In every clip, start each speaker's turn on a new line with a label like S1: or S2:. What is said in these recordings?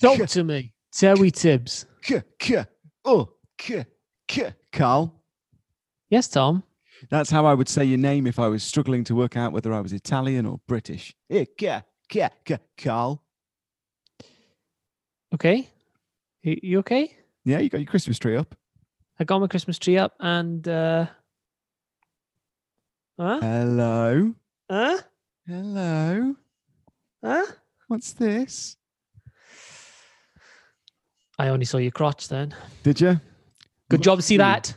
S1: Talk to me, Terry Tibbs.
S2: K- k- oh, k- k- Carl.
S1: Yes, Tom.
S3: That's how I would say your name if I was struggling to work out whether I was Italian or British.
S2: Eh, k- k- k- Carl.
S1: Okay. You, you okay?
S3: Yeah, you got your Christmas tree up.
S1: I got my Christmas tree up and. uh Huh?
S3: Hello.
S1: Huh?
S3: Hello.
S1: Huh?
S3: What's this?
S1: I only saw your crotch then.
S3: Did you?
S1: Good job to
S3: Mm.
S1: see that.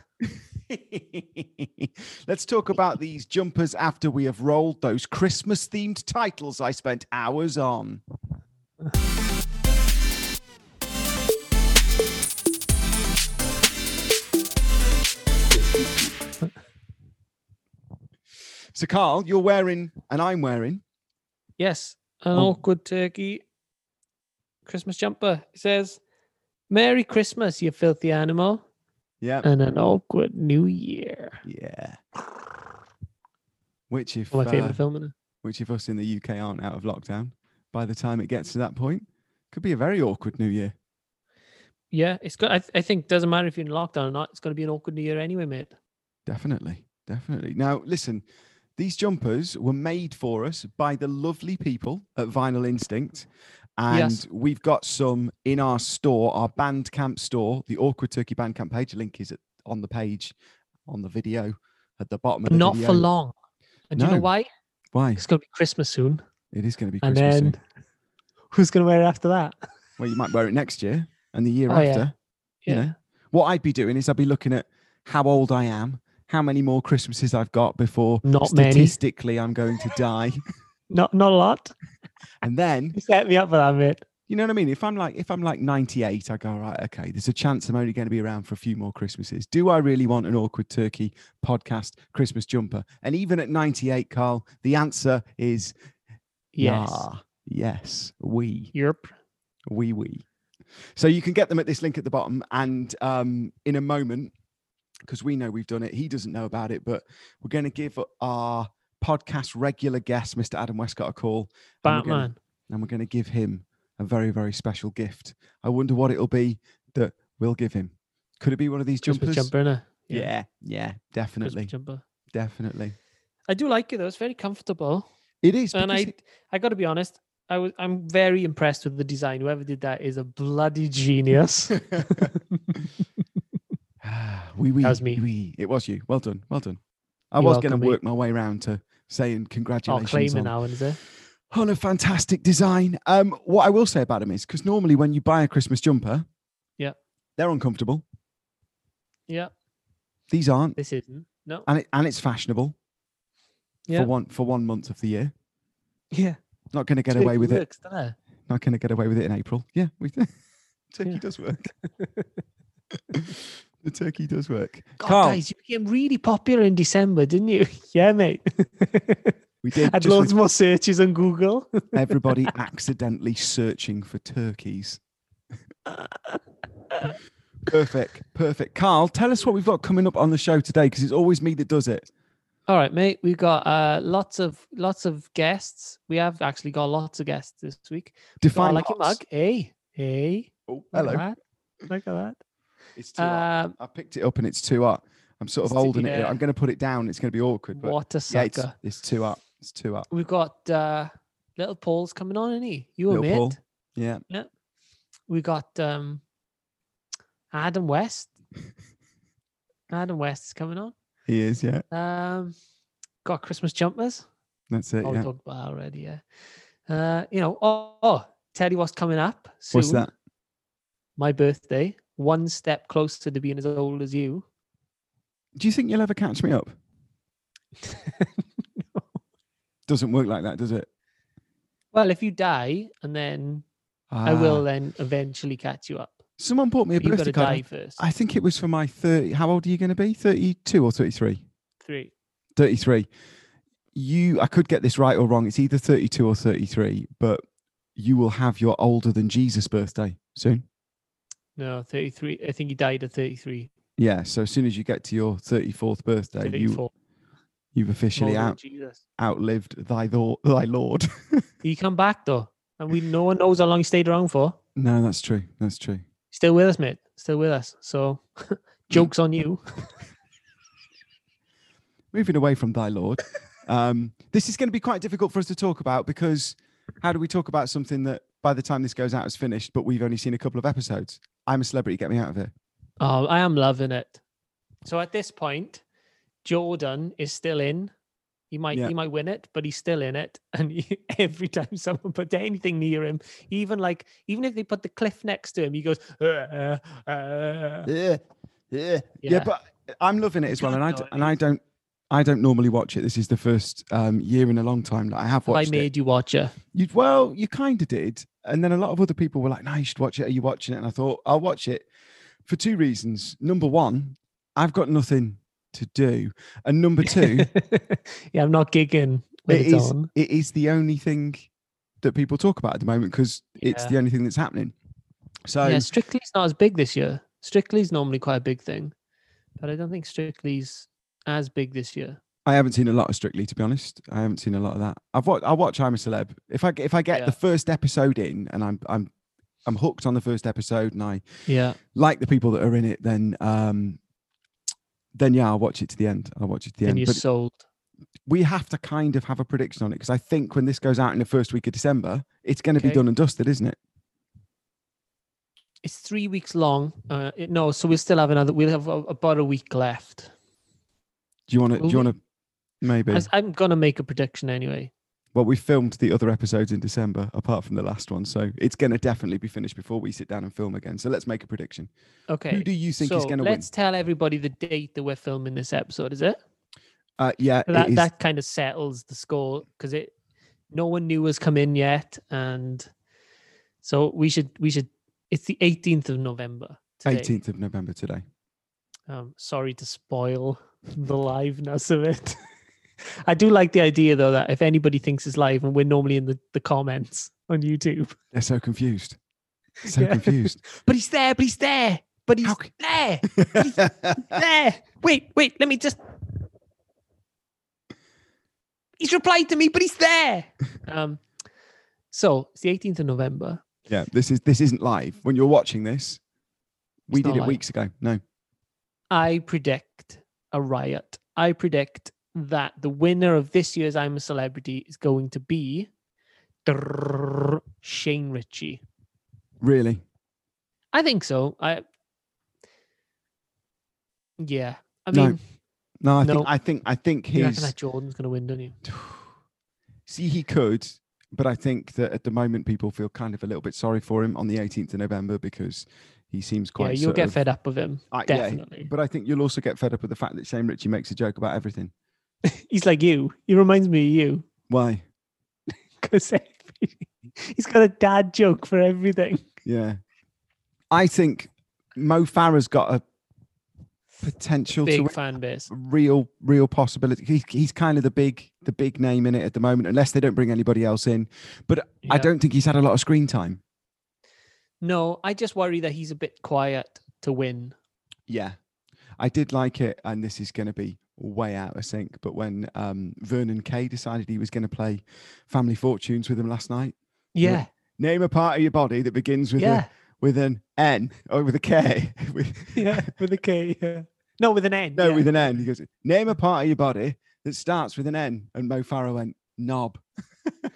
S3: Let's talk about these jumpers after we have rolled those Christmas themed titles I spent hours on. So, Carl, you're wearing, and I'm wearing.
S1: Yes. An
S3: Oh.
S1: awkward turkey Christmas jumper. It says, Merry Christmas, you filthy animal,
S3: Yeah.
S1: and an awkward new year.
S3: Yeah. Which, if
S1: One of my
S3: uh,
S1: favorite film. isn't it?
S3: which if us in the UK aren't out of lockdown, by the time it gets to that point, could be a very awkward New Year.
S1: Yeah, it's good. I, th- I think doesn't matter if you're in lockdown or not. It's going to be an awkward new year anyway, mate.
S3: Definitely, definitely. Now, listen, these jumpers were made for us by the lovely people at Vinyl Instinct. And
S1: Yes.
S3: we've got some in our store, our Bandcamp store, the Awkward Turkey Bandcamp page. The link is at, on the page, on the video, at the bottom of
S1: But
S3: the
S1: not for
S3: video.
S1: long. And do you
S3: No.
S1: know why?
S3: Why?
S1: It's going to be Christmas soon.
S3: It is going to be
S1: And
S3: Christmas soon.
S1: then- Who's going to wear it after that?
S3: Well, you might wear it next year and the year
S1: Oh, yeah.
S3: after. You know, What I'd be doing is I'd be looking at how old I am, how many more Christmases I've got before
S1: Not many.
S3: statistically I'm going to die.
S1: Not not a lot.
S3: and then,
S1: You set me up for that, mate.
S3: you know what I mean? If I'm like if I'm like 98, I go, right, okay, there's a chance I'm only going to be around for a few more Christmases. Do I really want an awkward turkey podcast Christmas jumper? And even at 98, Carl, the answer is
S1: Yes.
S3: nah. Yes. We.
S1: Europe.
S3: Wee wee. So you can get them at this link at the bottom. And um, in a moment, because we know we've done it, he doesn't know about it, but we're going to give our podcast regular guest, Mr. Adam Westcott, a call. and we're gonna-
S1: Batman.
S3: And we're going to give him a very, very special gift. I wonder what it'll be that we'll give him. Could it be one of these
S1: Christmas
S3: jumpers?
S1: jumper, innit?
S3: Yeah. yeah, definitely.
S1: Christmas jumper.
S3: Definitely.
S1: I do like it though. It's very comfortable.
S3: It is.
S1: And I,
S3: because it-
S1: I got to be honest. I was, I'm very impressed with the design. Whoever did that is a bloody genius.
S3: Ah, wee wee.
S1: was me.
S3: wee wee. It was you. Well done. Well done. I
S1: You're
S3: was going
S1: welcome,
S3: to
S1: mate.
S3: work my way around to saying
S1: oh,
S3: congratulations
S1: claiming
S3: on,
S1: now, is it?
S3: on a fantastic design. Um, what I will say about them is because normally when you buy a Christmas jumper,
S1: Yeah.
S3: they're uncomfortable.
S1: Yeah,
S3: These aren't,
S1: this isn't. No.
S3: and it, and it's fashionable
S1: Yeah.
S3: for one for one month of the year.
S1: Yeah.
S3: Not going to get away with it.
S1: works, doesn't it.
S3: Not going to get away with it in April. Yeah, we turkey
S1: Yeah.
S3: does work. the turkey does work.
S1: God,
S3: Carl,
S1: guys, you became really popular in December, didn't you? yeah, mate.
S3: we did.
S1: Had
S3: just
S1: loads more searches on Google.
S3: everybody accidentally searching for turkeys. perfect, perfect. Carl, tell us what we've got coming up on the show today because it's always me that does it.
S1: All right, mate. We've got uh, lots of lots of guests. We have actually got lots of guests this week. We've got our
S3: Define
S1: lucky
S3: lots.
S1: mug. Uh, Hey, hey.
S3: Oh,
S1: look
S3: hello.
S1: at that. Look at
S3: It's too hot.
S1: that. Um,
S3: I picked it up and it's too hot. I'm sort of
S1: it's too-
S3: holding it.
S1: yeah.
S3: I'm going to put it down. It's going to be awkward. But
S1: what a
S3: yeah, it's,
S1: sucker.
S3: it's too up. It's too up.
S1: We've got uh, little Paul's coming on, isn't he? You a
S3: Little
S1: mate.
S3: Paul. Yeah.
S1: we got um Adam West. Adam West is coming on.
S3: He is. Yeah.
S1: Um got Christmas jumpers.
S3: That's it.
S1: Oh, we
S3: Uh, yeah.
S1: talked about that already, yeah. Uh, you know, oh, oh tell you what's coming up soon.
S3: What's that?
S1: My birthday. One step closer to being as old as you.
S3: Do you think you'll ever catch me up? Doesn't work like that, does it?
S1: Well, if you die and then I
S3: Ah.
S1: will then eventually catch you up.
S3: Someone bought me a
S1: But You've got
S3: birthday
S1: to
S3: card.
S1: die first.
S3: I think it was for my 30. How old are you going to be? 32 or 33?
S1: Three.
S3: 33. You, I could get this right or wrong. It's either 32 or 33, but you will have your older than Jesus birthday soon.
S1: No, 33. I think he died at 33.
S3: Yeah. So as soon as you get to your 34th birthday, you,
S1: 34.
S3: you've officially
S1: Lord
S3: out,
S1: Jesus.
S3: outlived thy, thor- thy Lord.
S1: He come back though, and we no one knows how long he stayed around for.
S3: No, that's true. That's true.
S1: Still with us, mate. Still with us. So, jokes on you.
S3: Moving away from thy Lord, um, this is going to be quite difficult for us to talk about because how do we talk about something that by the time this goes out is finished, but we've only seen a couple of episodes? I'm a celebrity. Get me out of here.
S1: Oh, I am loving it. So at this point, Jordan is still in. He might
S3: Yeah.
S1: he might win it, but he's still in it. And he, every time someone put anything near him, even like even if they put the cliff next to him, he goes. "Uh, uh, uh."
S2: Yeah. Yeah.
S3: Yeah, but I'm loving it as well, and I d-
S1: God,
S3: and I don't I don't normally watch it. This is the first um, year in a long time that I have
S1: Have I
S3: watched it.
S1: made you watch it.
S3: You well, you kind of did, and then a lot of other people were like, "No, you should watch it. Are you watching it?" And I thought, "I'll watch it for two reasons. Number one, I've got nothing to do, and number two,
S1: yeah, I'm not gigging when
S3: Mm. it
S1: it's
S3: is
S1: on.
S3: it is the only thing that people talk about at the moment because it's
S1: Yeah.
S3: the only thing that's happening." So
S1: yeah, Strictly's not as big this year. Strictly's normally quite a big thing, but I don't think Strictly's as big this year.
S3: I haven't seen a lot of Strictly, to be honest. I haven't seen a lot of that. I've watched. I watch I'm a Celeb. If I if I get the
S1: Yeah.
S3: first episode in and I'm I'm I'm hooked on the first episode and I
S1: Yeah.
S3: like the people that are in it, then um, then yeah, I'll watch it to the end. I'll watch it to the
S1: Then
S3: end.
S1: you're
S3: But
S1: sold.
S3: we have to kind of have a prediction on it because I think when this goes out in the first week of December, it's going to be
S1: Okay.
S3: done and dusted, isn't it?
S1: It's three weeks long. Uh, it- no, so we'll still have another. We'll have a, about a week left.
S3: Do you want to? Do
S1: Will
S3: you
S1: we-
S3: want to? Maybe.
S1: As- I'm gonna make a prediction anyway.
S3: Well, we filmed the other episodes in December, apart from the last one, so it's going to definitely be finished before we sit down and film again. So let's make a prediction.
S1: Okay.
S3: Who do you think
S1: so
S3: is going to win?
S1: let's tell everybody the date that we're filming this episode. Is it?
S3: Uh, yeah,
S1: That
S3: it is.
S1: that kind of settles the score because it. No one knew has come in yet, and so we should we should. It's the 18th of November. Today.
S3: eighteenth of November today.
S1: Um, sorry to spoil the liveness of it. I do like the idea though that if anybody thinks it's live and we're normally in the, the comments on YouTube,
S3: They're so confused. So
S1: Yeah.
S3: confused.
S1: but he's there, but he's there, but he's
S3: How c-
S1: there, there. Wait, wait, let me just. He's replied to me, but he's there. Um, so it's the 18th of November.
S3: yeah, this is this isn't live. When you're watching this, we
S1: It's not
S3: did it
S1: live.
S3: weeks ago. No,
S1: I predict a riot. I predict that the winner of this year's I'm a Celebrity is going to be Shane Ritchie.
S3: really.
S1: I think so. I yeah. I
S3: No,
S1: mean,
S3: No, I
S1: No.
S3: think I think I think
S1: you reckon
S3: his.
S1: that Jordan's going to win, don't you?
S3: See, he could, but I think that at the moment people feel kind of a little bit sorry for him on the eighteenth of November because he seems quite.
S1: yeah, you'll
S3: sort
S1: get
S3: of-
S1: fed up of him.
S3: I- yeah,
S1: Definitely.
S3: but I think you'll also get fed up with the fact that Shane Ritchie makes a joke about everything.
S1: He's like you. He reminds me of you
S3: Why?
S1: because he's got a dad joke for everything.
S3: Yeah. I think Mo Farah's got a potential to
S1: Big
S3: win.
S1: fan base.
S3: real real possibility he's, he's kind of the big the big name in it at the moment unless they don't bring anybody else in but i
S1: Yeah.
S3: don't think he's had a lot of screen time
S1: No, I just worry that he's a bit quiet to win.
S3: yeah i did like it and this is going to be way out of sync but when um vernon kay decided he was going to play family fortunes with him last night
S1: Yeah.
S3: name a part of your body that begins with
S1: yeah.
S3: a with an n or with a k with,
S1: yeah, with a K. Yeah. No, with an N.
S3: no
S1: yeah.
S3: with an n he goes name a part of your body that starts with an n and mo farah went knob
S1: no.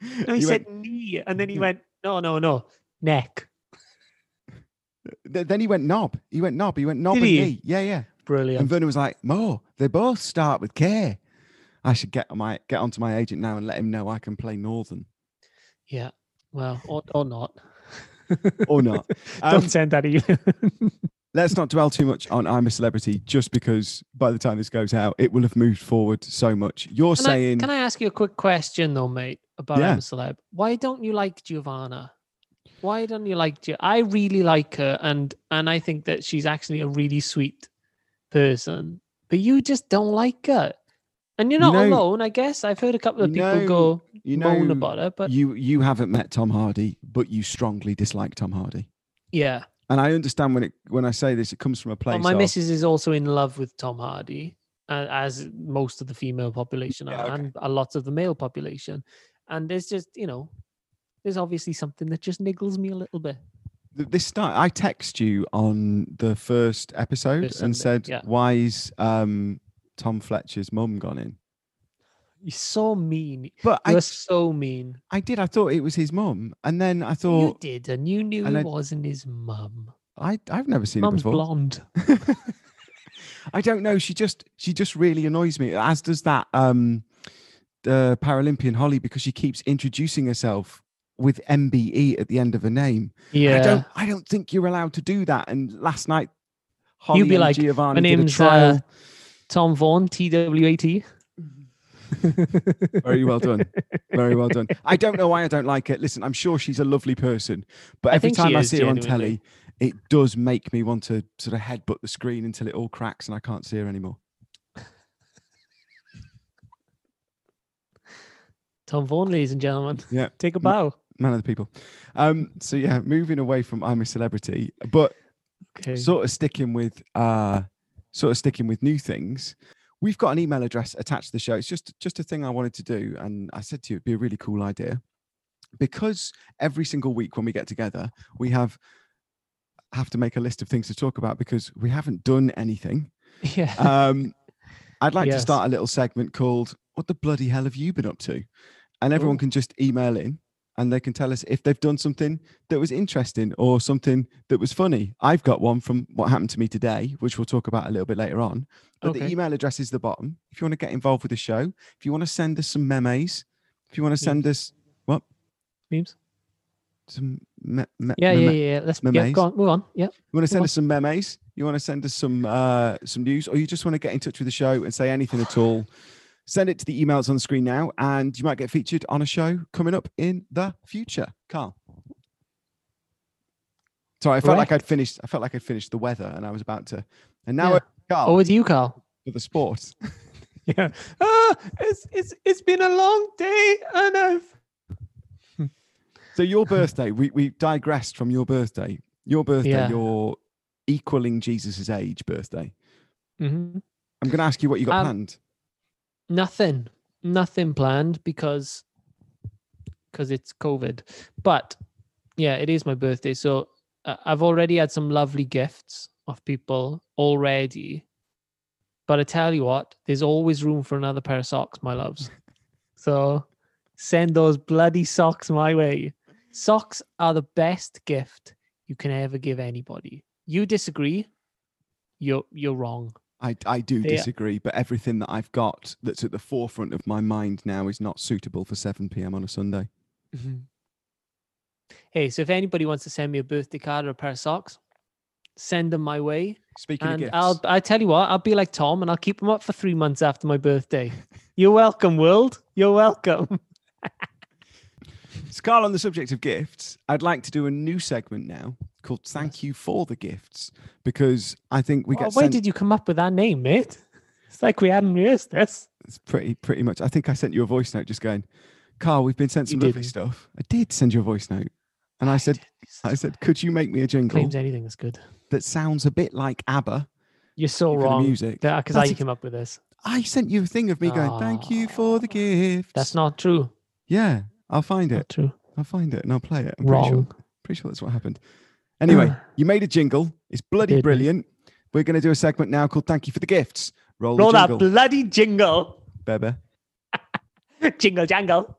S1: He,
S3: He went-
S1: said knee, and then he went, no, no, no, neck.
S3: Th- then he went knob. He went knob. He went knob
S1: Did
S3: and
S1: he?
S3: knee. Yeah, yeah. And
S1: Brilliant.
S3: Vernon was like, "Mo, they both start with K. I should get on my get onto my agent now and let him know I can play Northern
S1: Yeah. Well, or, or not.
S3: or not." Um,
S1: Don't send that email.
S3: let's not dwell too much on "I'm a Celebrity," just because by the time this goes out, it will have moved forward so much. You're
S1: can, I,
S3: saying
S1: can I ask you a quick question though, mate, about
S3: Yeah.
S1: I'm a celeb? Why don't you like Giovanna? Why don't you like Gi- I really like her, and and I think that she's actually a really sweet person. But you just don't like her, and you're
S3: You
S1: not
S3: know-
S1: alone. I guess I've heard a couple of
S3: You
S1: people
S3: know-
S1: go
S3: you
S1: moan
S3: know
S1: about her, but
S3: you you haven't met Tom Hardy, but you strongly dislike Tom Hardy.
S1: yeah.
S3: And I understand when it when I say this, it comes from a place.
S1: Well, Oh, my
S3: of-
S1: missus is also in love with Tom Hardy, a- as most of the female population
S3: Yeah,
S1: are,
S3: okay.
S1: and a lot of the male population. And there's just, you know, there's obviously something that just niggles me a little bit.
S3: Th- This start, I text you on the first episode
S1: First Sunday,
S3: and said,
S1: yeah.
S3: "Why is um, Tom Fletcher's mum gone in?"
S1: You're so mean.
S3: But I,
S1: You're so mean.
S3: I did. I thought it was his mum, and then I
S1: you
S3: thought
S1: did, and you knew
S3: and
S1: it
S3: I-
S1: wasn't his mum.
S3: I, I've never seen it
S1: Mum's
S3: before.
S1: blonde.
S3: I don't know. She just she just really annoys me. As does that um the Paralympian Holly because she keeps introducing herself with MBE at the end of her name.
S1: Yeah.
S3: I don't I don't think you're allowed to do that. And last night Holly
S1: be
S3: and
S1: like,
S3: Giovanni
S1: My
S3: did a
S1: name's
S3: trial.
S1: uh, Tom Vaughan, T W A T.
S3: Very well done. Very well done. I don't know why I don't like it. Listen, I'm sure she's a lovely person, but
S1: I
S3: every
S1: think she
S3: time I
S1: is,
S3: see her on
S1: genuinely.
S3: telly, it does make me want to sort of headbutt the screen until it all cracks and I can't see her anymore.
S1: Tom Vaughan, ladies and gentlemen.
S3: Yeah.
S1: Take a bow.
S3: Man of the people. Um, so yeah, moving away from I'm a celebrity, but
S1: Okay.
S3: sort of sticking with uh sort of sticking with new things we've got an email address attached to the show it's just just a thing i wanted to do and i said to you it'd be a really cool idea because every single week when we get together we have have to make a list of things to talk about because we haven't done anything
S1: yeah.
S3: um i'd like to
S1: Yes.
S3: start a little segment called what the bloody hell have you been up to and everyone
S1: Ooh.
S3: can just email in and they can tell us if they've done something that was interesting or something that was funny i've got one from what happened to me today which we'll talk about a little bit later on but the
S1: Okay.
S3: email address is the bottom if you want to get involved with the show if you want to send us some memes if you want to send us
S1: Memes.
S3: some me- me-
S1: Yeah,
S3: meme-
S1: yeah, yeah. yeah. Let's yeah,
S3: memes.
S1: go on. Move on. Yeah.
S3: You want to send
S1: on.
S3: us some memes? You want to send us some uh, some news, or you just want to get in touch with the show and say anything at all? Send it to the emails on the screen now, and you might get featured on a show coming up in the future. Carl, sorry, I felt like I'd finished. I felt like I'd finished the weather, and I was about to. And now,
S1: Yeah.
S3: Carl,
S1: Over to you, Carl.
S3: for the sport.
S1: Yeah. Ah, it's it's it's been a long day and I've
S3: So your birthday, we we digressed from your birthday. Your birthday,
S1: Yeah.
S3: your equaling Jesus's age birthday.
S1: Mhm.
S3: I'm going to ask you what you got
S1: Um,
S3: planned.
S1: nothing. Nothing planned because because it's COVID. But yeah, it is my birthday. So uh, I've already had some lovely gifts of people already. But I tell you what, there's always room for another pair of socks, my loves. So send those bloody socks my way. Socks are the best gift you can ever give anybody. You disagree? You're you're wrong.
S3: I, I do
S1: They-
S3: disagree, but everything that I've got that's at the forefront of my mind now is not suitable for 7 p.m. on a Sunday. Mm-hmm.
S1: Mhm. Hey, so if anybody wants to send me a birthday card or a pair of socks, send them my way,
S3: Speaking of
S1: and
S3: gifts,
S1: I'll I tell you what, I'll be like Tom, and I'll keep them up for three months after my birthday. You're welcome, world. You're welcome.
S3: So, Carl, on the subject of gifts, I'd like to do a new segment now called Thank You for the Gifts because I think we
S1: Why
S3: get sent,
S1: Oh, did you come up with that name, mate? It's like we hadn't rehearsed this.
S3: it's pretty, pretty much. I think I sent you a voice note just going, Carl, we've been sent
S1: You
S3: some lovely
S1: didn't.
S3: stuff. I did send you a voice note. And I said, I said, could you make me a jingle
S1: claims anything is good.
S3: that sounds a bit like ABBA
S1: You're so
S3: for the
S1: wrong.
S3: music?
S1: Because
S3: That's
S1: I
S3: ex-
S1: came up with this.
S3: I sent you a thing of me going, thank you for the gifts.
S1: Ah, That's not true.
S3: Yeah, I'll find it.
S1: Not true.
S3: I'll find it and I'll play it. I'm pretty sure,
S1: Wrong.
S3: pretty sure that's what happened. Anyway, you made a jingle. It's bloody
S1: did.
S3: brilliant. We're going to do a segment now called Thank You for the Gifts. Roll,
S1: Roll
S3: the
S1: that
S3: jingle,
S1: bloody jingle.
S3: Bebe.
S1: jingle jangle.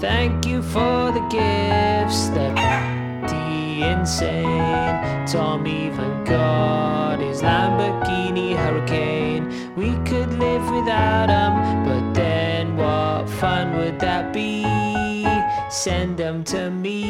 S1: Thank you for the gifts that the insane Tommy Van God is Lamborghini Hurricane. We could live without them, but then what fun would that be? Send them to me,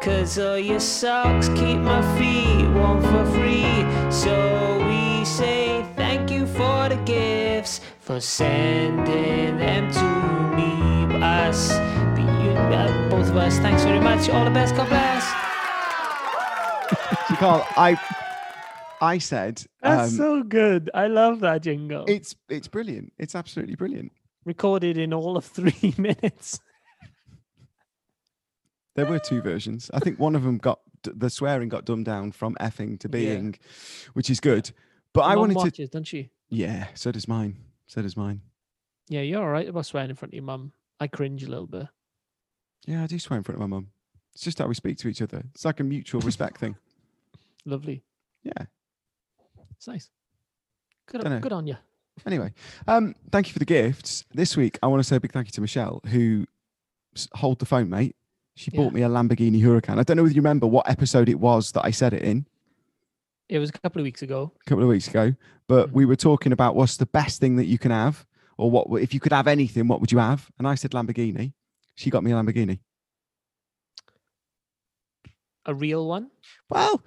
S1: cause all your socks keep my feet warm for free. So we say thank you for the gifts, for sending them to me, us, you, uh, both of us. Thanks very much. All the best. God bless.
S3: So, Carl, I, I said, um,
S1: so good. I love that jingle.
S3: it's, it's brilliant. It's absolutely brilliant.
S1: recorded in all of three minutes.
S3: There were two versions. I think one of them got the swearing got dumbed down from effing to
S1: Yeah.
S3: being, which is good. But I wanted to
S1: to, don't she?
S3: Yeah, so does mine. So does mine.
S1: Yeah, you're all right about swearing in front of your mum. I cringe a little bit.
S3: Yeah, I do swear in front of my mum. It's just how we speak to each other. It's like a mutual respect thing.
S1: Lovely.
S3: Yeah.
S1: It's nice. Good,
S3: Dunno.
S1: good on you.
S3: Anyway, um, thank you for the gifts. This week, I want to say a big thank you to Michelle, who s- hold the phone, mate. She
S1: Yeah.
S3: bought me a Lamborghini Huracan. I don't know whether you remember what episode it was that I said it in
S1: It was a couple of weeks ago.
S3: a couple of weeks ago, but
S1: Mhm.
S3: we were talking about what's the best thing that you can have, or what w- if you could have anything, what would you have? And I said Lamborghini. She got me a Lamborghini.
S1: A real one.
S3: Well,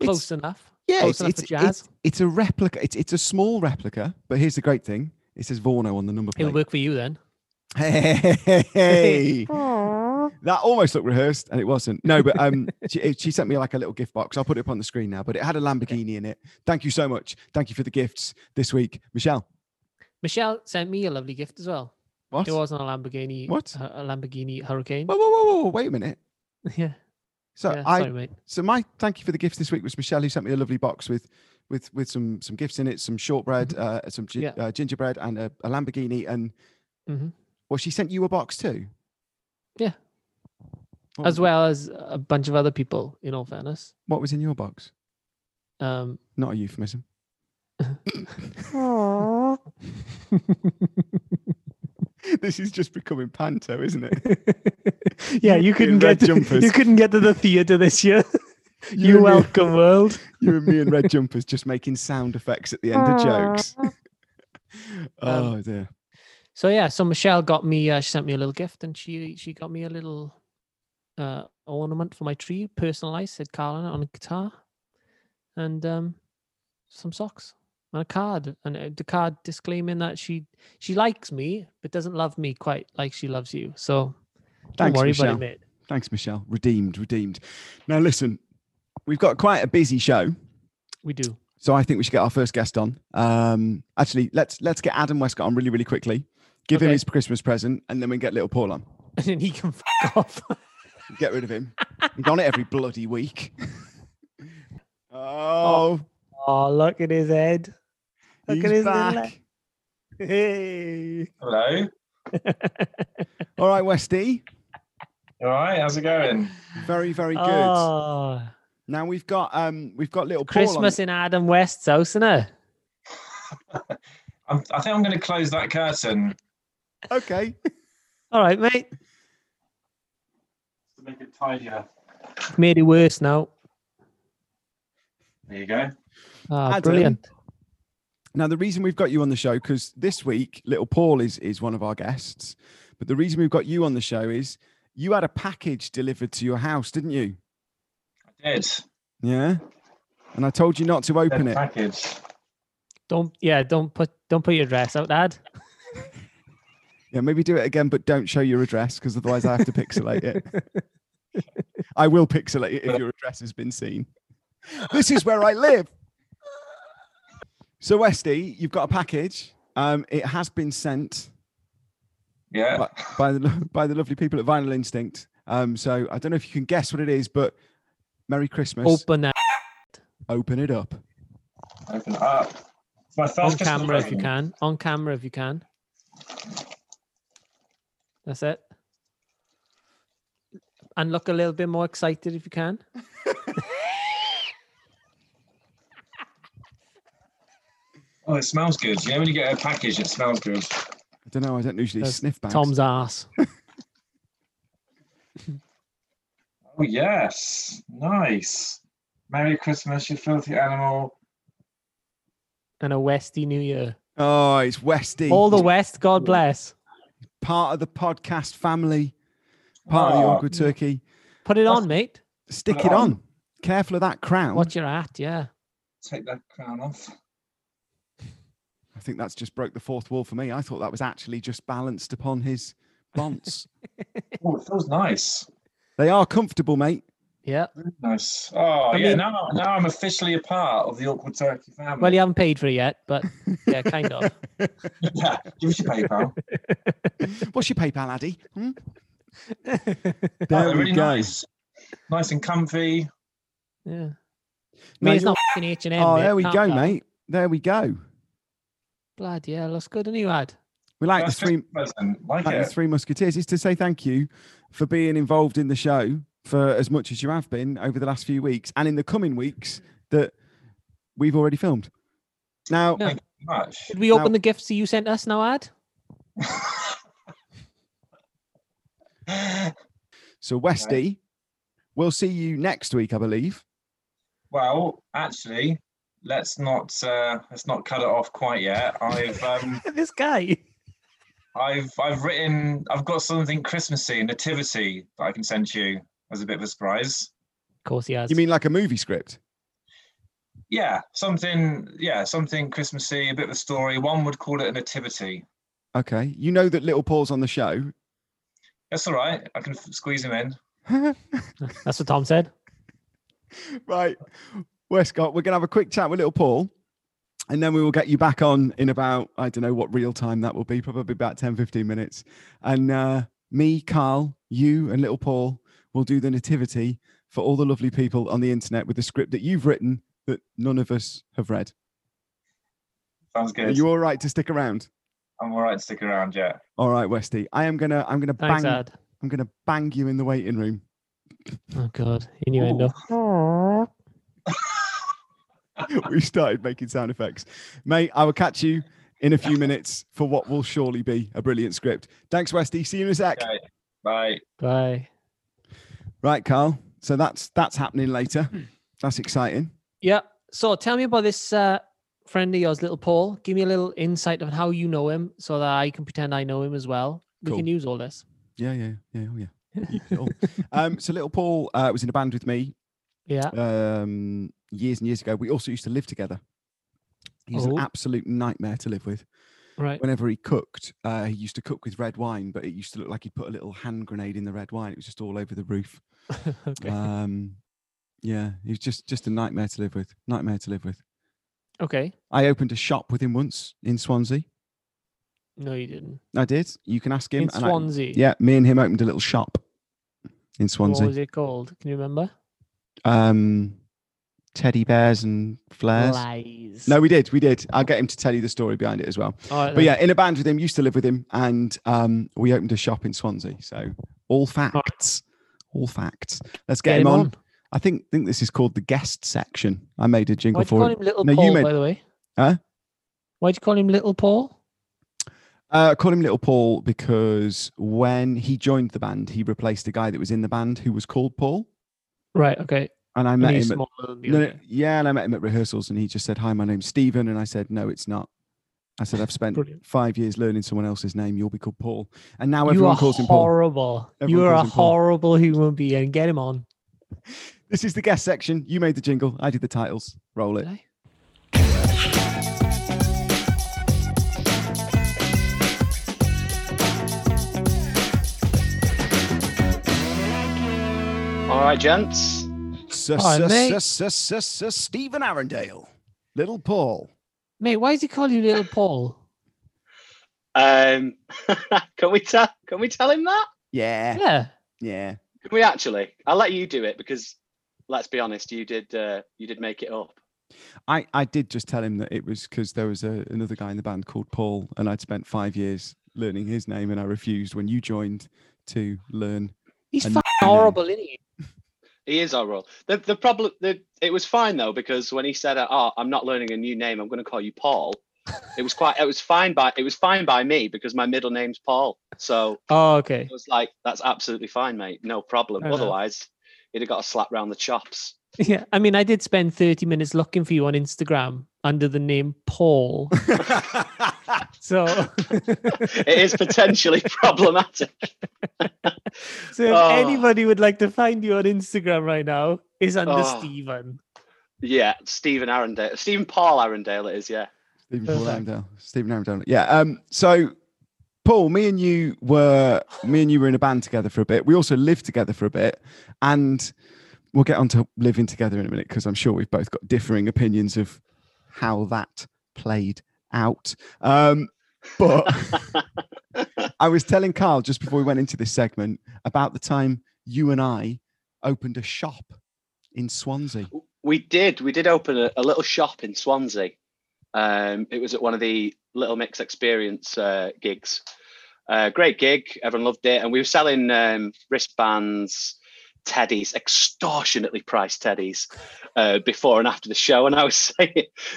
S3: it's-
S1: Close enough.
S3: yeah,
S1: close
S3: it's,
S1: enough for
S3: it's,
S1: jazz.
S3: it's, it's a replica. It's, it's a small replica, but here's the great thing. It says Vorno on the number plate.
S1: It'll work for you then.
S3: Hey, that almost looked rehearsed, and it wasn't. No, but um, she, it- she sent me like a little gift box. I'll put it up on the screen now. But it had a Lamborghini in it. Thank you so much. Thank you for the gifts this week, Michelle.
S1: Michelle sent me a lovely gift as well.
S3: What?
S1: It
S3: Whoa,
S1: wasn't a Lamborghini.
S3: What?
S1: A a Lamborghini Hurricane.
S3: whoa, whoa, whoa! Wait a minute.
S1: yeah.
S3: So
S1: yeah,
S3: I,
S1: sorry, mate.
S3: so my thank you for the gifts this week was Michelle, who sent me a lovely box with, with, with some some gifts in it, some shortbread, uh, some gi-
S1: Mm-hmm. Yeah.
S3: uh, gingerbread, and a, a Lamborghini. And
S1: Mhm.
S3: well, she sent you a box too.
S1: Yeah.
S3: What
S1: As
S3: was-
S1: well as a bunch of other people, in all fairness.
S3: What was in your box?
S1: Um,
S3: Not a euphemism. this is just becoming panto, isn't it?
S1: yeah, you
S3: in
S1: couldn't
S3: red
S1: get to,
S3: jumpers.
S1: you couldn't get to the theater this year.
S3: You
S1: You're
S3: and me-
S1: welcome, world.
S3: you and me in red jumpers just making sound effects at the end of jokes. oh dear.
S1: So yeah, so Michelle got me. Uh, she sent me a little gift, and she she got me a little uh, ornament for my tree, personalized, said Carl on it on a guitar, and um, some socks and a card, and uh, the card disclaiming that she she likes me but doesn't love me quite like she loves you. So don't
S3: Thanks,
S1: worry
S3: Michelle.
S1: about it, mate.
S3: Thanks, Michelle. Redeemed, redeemed. Now listen, we've got quite a busy show,
S1: We do.
S3: so I think we should get our first guest on. Um, actually, let's let's get Adam Westcott on really, really quickly. Give him
S1: Okay.
S3: his Christmas present, and then we can get little Paul on.
S1: And then he can fuck off.
S3: Get rid of him. He's on it every bloody week. oh,
S1: Oh, look at his head. Look
S3: he's
S1: at his little head.
S3: back.
S1: Hey.
S4: Hello.
S3: All right, Westy.
S4: All right. How's it going?
S3: Very, very good.
S1: Oh,
S3: Now we've got um we've got little Paul on-
S1: Christmas in Adam West's house, isn't it?
S4: I'm, I think I'm going to close that curtain.
S3: Okay.
S1: All right, mate.
S4: To make it tidier.
S1: Made it worse now.
S4: There you go.
S1: Ah,
S3: Adam.
S1: brilliant.
S3: Now the reason we've got you on the show because this week little Paul is is one of our guests, but the reason we've got you on the show is you had a package delivered to your house, didn't you?
S4: I did.
S3: Yeah. And I told you not to open
S4: Dead
S3: it.
S4: package.
S1: Don't yeah, don't put don't put your dress out, Dad.
S3: Yeah, maybe do it again, but don't show your address because otherwise I have to pixelate it. I will pixelate it if your address has been seen. This is where I live. So, Westy, you've got a package. Um, it has been sent
S4: Yeah.
S3: by, by the lo- by the lovely people at Vinyl Instinct. Um, so I don't know if you can guess what it is, but Merry Christmas.
S1: Open that
S3: Open it up.
S4: Open it up. It's my
S1: on
S4: first Christmas
S1: camera if you can.
S4: present.
S1: On camera if you can. That's it. And look a little bit more excited if you can.
S4: Oh, it smells good. You know when you get a package, it smells good.
S3: I don't know. I don't usually
S1: That's
S3: sniff bags.
S1: Tom's ass.
S4: Oh yes. Nice. Merry Christmas, you filthy animal.
S1: And a Westy New Year.
S3: Oh, it's Westy.
S1: All the West, God bless.
S3: part of the podcast family, part of the
S1: Ah.
S4: Oh.
S3: awkward turkey.
S1: Put it
S4: That's-
S1: on, mate.
S3: Stick
S4: it
S3: it
S4: on.
S3: on. Careful of that crown.
S1: What you're at, yeah.
S4: Take that crown off.
S3: I think that's just broke the fourth wall for me. I thought that was actually just balanced upon his bonds.
S4: Oh, it feels nice.
S3: they are comfortable, mate.
S1: Yeah.
S4: Nice. Oh
S1: I
S4: yeah.
S1: mean-
S4: now, now I'm officially a part of the awkward turkey family.
S1: Well, you haven't paid for it yet, but yeah, kind of.
S4: yeah. Give us your PayPal.
S3: What's your PayPal, Addy? Hmm?
S4: Oh,
S3: There
S4: they're
S3: we
S4: really
S3: go.
S4: nice. Nice and comfy.
S1: Yeah. I
S3: Now
S1: mean, it's
S3: you're-
S1: not fucking H and M.
S3: Oh, there we go, mate. There we go.
S1: Bloody hell, that's good. And you had
S3: We like the
S4: That's
S3: three
S4: present. Like
S3: like the
S4: it.
S3: three musketeers is to say thank you for being involved in the show for as much as you have been over the last few weeks and in the coming weeks that we've already filmed. Now,
S1: No.
S4: Much.
S1: Did we
S3: Now-
S1: open the gifts that you sent us now, Ad?
S3: so Westy, we'll see you next week, I believe.
S4: well, actually, let's not uh, let's not cut it off quite yet. I've um,
S1: this guy.
S4: I've I've written I've got something Christmassy nativity that I can send to you as a bit of a surprise.
S1: Of course he has.
S3: You mean like a movie script?
S4: Yeah, something yeah something Christmassy, a bit of a story. One would call it a nativity.
S3: Okay. You know that Little Paul's on the show.
S4: That's all right. I can f- squeeze him in.
S1: That's what Tom said.
S3: right. Westcott, we're going to have a quick chat with little Paul and then we will get you back on in about, I don't know what real time that will be, probably about 10, 15 minutes. And uh, me, Carl, you, and little Paul will do the nativity for all the lovely people on the internet with the script that you've written that none of us have read.
S4: Sounds
S3: Are
S4: good.
S3: you all right to stick around?
S4: I'm all right to stick around. Yeah.
S3: All right, Westy. I am gonna, I'm gonna
S1: Thanks,
S3: bang,
S1: Ad.
S3: I'm gonna bang you in the waiting room.
S1: Oh god, innuendo.
S3: We've started making sound effects. Mate, I will catch you in a few minutes for what will surely be a brilliant script. Thanks, Westy. See you in a sec.
S4: Okay. Bye.
S1: Bye.
S3: Right, Carl. So that's that's happening later. That's exciting.
S1: Yeah. So tell me about this uh, friend of yours, little Paul. Give me a little insight on how you know him, so that I can pretend I know him as well. We
S3: Cool.
S1: can use all this.
S3: Yeah, yeah, yeah, oh, yeah. You did it all. um, so little Paul uh, was in a band with me
S1: Yeah.
S3: um, years and years ago. We also used to live together. He was
S1: Oh.
S3: an absolute nightmare to live with.
S1: Right.
S3: Whenever he cooked, uh, he used to cook with red wine, but it used to look like he'd put a little hand grenade in the red wine. It was just all over the roof.
S1: okay.
S3: Um, yeah, he was just just a nightmare to live with. Nightmare to live with.
S1: okay.
S3: I opened a shop with him once in Swansea.
S1: No, you didn't.
S3: I did. You can ask him.
S1: In
S3: and I-
S1: Swansea.
S3: yeah, me and him opened a little shop in
S1: What was
S3: Swansea.
S1: it called? Can you remember?
S3: Um, teddy bears and flares.
S1: Lies.
S3: No, we did. We did. I'll get him to tell you the story behind it as well.
S1: All right,
S3: But yeah, in a band with him, used to live with him, and um, we opened a shop in Swansea. So all facts, all facts. Let's get, him, on. I think think this is called the guest section. I made a jingle
S1: Why'd you
S3: for
S1: call
S3: it.
S1: him Little
S3: No, you
S1: Paul,
S3: made-
S1: by the way?
S3: Huh?
S1: Why'd you call him Little Paul?
S3: Uh, I call him Little Paul because when he joined the band, he replaced a guy that was in the band who was called Paul,
S1: Right, okay.
S3: and I
S1: And
S3: met
S1: he's
S3: him. At,
S1: smaller than the
S3: no,
S1: other
S3: no,
S1: guy.
S3: yeah, and I met him at rehearsals, and he just said, "Hi, my name's Stephen," and I said, "No, it's not." I said, "I've spent
S1: Brilliant.
S3: five years learning someone else's name. You'll be called Paul." And now
S1: you
S3: everyone
S1: are
S3: calls him Paul.
S1: horrible. You
S3: Everyone
S1: are a
S3: calls him Paul.
S1: horrible human being. Get him on.
S3: This is the guest section. You made the jingle. I did the titles. Roll it.
S1: Did I?
S5: All right, gents.
S3: Sir,
S1: Hi,
S3: sir,
S1: mate.
S3: sir, sir, sir, sir, Stephen Arundale, Little Paul.
S1: Mate, why does he call you Little Paul?
S5: Um, can we tell? Can we tell him that?
S3: Yeah,
S1: Yeah.
S3: yeah.
S5: Can we actually? I'll let you do it because, let's be honest, you did. Uh, you did make it up.
S3: I, I did just tell him that it was because there was a, another guy in the band called Paul, and I'd spent five years learning his name, and I refused when you joined to learn.
S1: He's
S3: And
S1: fucking
S3: then-
S1: horrible, isn't he?
S5: He is our role. The the problem. The, it was fine though because when he said, uh, "Oh, I'm not learning a new name. I'm going to call you Paul," it was quite. It was fine by. It was fine by me because my middle name's Paul. So
S1: Oh, okay.
S5: it was like, "That's absolutely fine, mate. No problem."
S1: Fair enough.
S5: Otherwise, he'd have got a slap round the chops.
S1: Yeah. I mean, I did spend 30 minutes looking for you on Instagram under the name Paul. So,
S5: It is potentially problematic.
S1: so if
S5: Oh.
S1: anybody would like to find you on Instagram right now, is under
S5: Oh.
S1: Stephen.
S5: Yeah, Stephen Arundale, Stephen Paul Arundale, it is. Yeah,
S3: Stephen Paul
S1: Perfect.
S3: Arundale. Stephen Arundale. Yeah. Um. So, Paul, me and you were me and you were in a band together for a bit. We also lived together for a bit, and we'll get on to living together in a minute because I'm sure we've both got differing opinions of how that played out. Um. But I was telling Carl just before we went into this segment about the time you and I opened a shop in Swansea.
S5: we did. We did open a, a little shop in Swansea. Um, it was at one of the Little Mix Experience uh, gigs. Uh, great gig, everyone loved it, and we were selling um, wristbands, teddies, extortionately priced teddies, uh, before and after the show. And I was saying,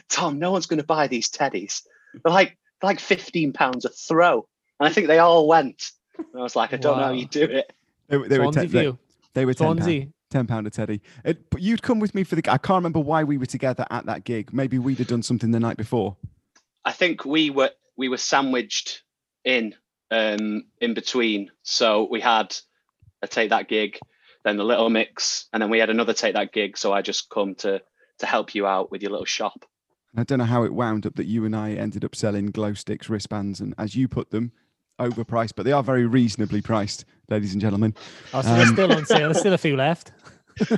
S5: Tom, no one's going to buy these teddies. They're like they're like fifteen pounds a throw, and I think they all went. And I was like, I don't know how
S1: Wow.
S5: you do it.
S3: They, were- they were
S1: Swansea
S3: ten, they,
S1: view.
S3: they were ten pound,
S1: Swansea.
S3: ten pound a teddy. It, but you'd come with me for the. I can't remember why we were together at that gig. Maybe we'd have done something the night before.
S5: I think we were we were sandwiched in um in between. So we had a take that gig, then the little mix, and then we had another take that gig. So I just come to to help you out with your little shop.
S3: And I don't know how it wound up that you and I ended up selling glow sticks, wristbands, and as you put them, overpriced, but they are very reasonably priced, ladies and gentlemen.
S1: Oh, so they're
S3: Um,
S1: still on sale. There's still a few left.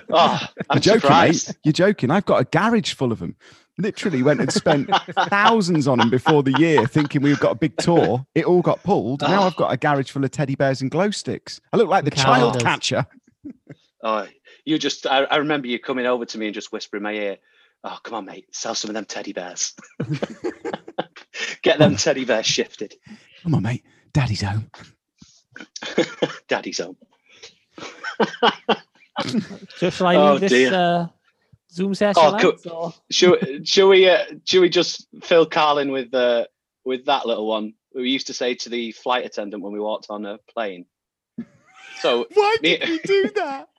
S5: Oh, I'm
S3: You're joking,
S5: surprised.
S3: mate. You're joking. I've got a garage full of them. Literally went and spent thousands on them before the year, thinking we've got a big tour. It all got pulled. Now I've got a garage full of teddy bears and glow sticks. I look like the child
S1: Cowards.
S3: catcher.
S5: Oh, you just I, I remember you coming over to me and just whispering in my ear, Oh, come on, mate, sell some of them teddy bears. Get them teddy bears shifted.
S3: Come on, mate. Daddy's home.
S5: Daddy's home.
S1: So shall I
S5: Oh,
S1: leave this
S5: dear.
S1: uh, Zoom session?
S5: Oh,
S1: lads,
S5: cool.
S1: or-
S5: should, should we uh, should we just fill Carlin with uh, with that little one we used to say to the flight attendant when we walked on a plane so
S3: Why
S5: did
S3: we do that?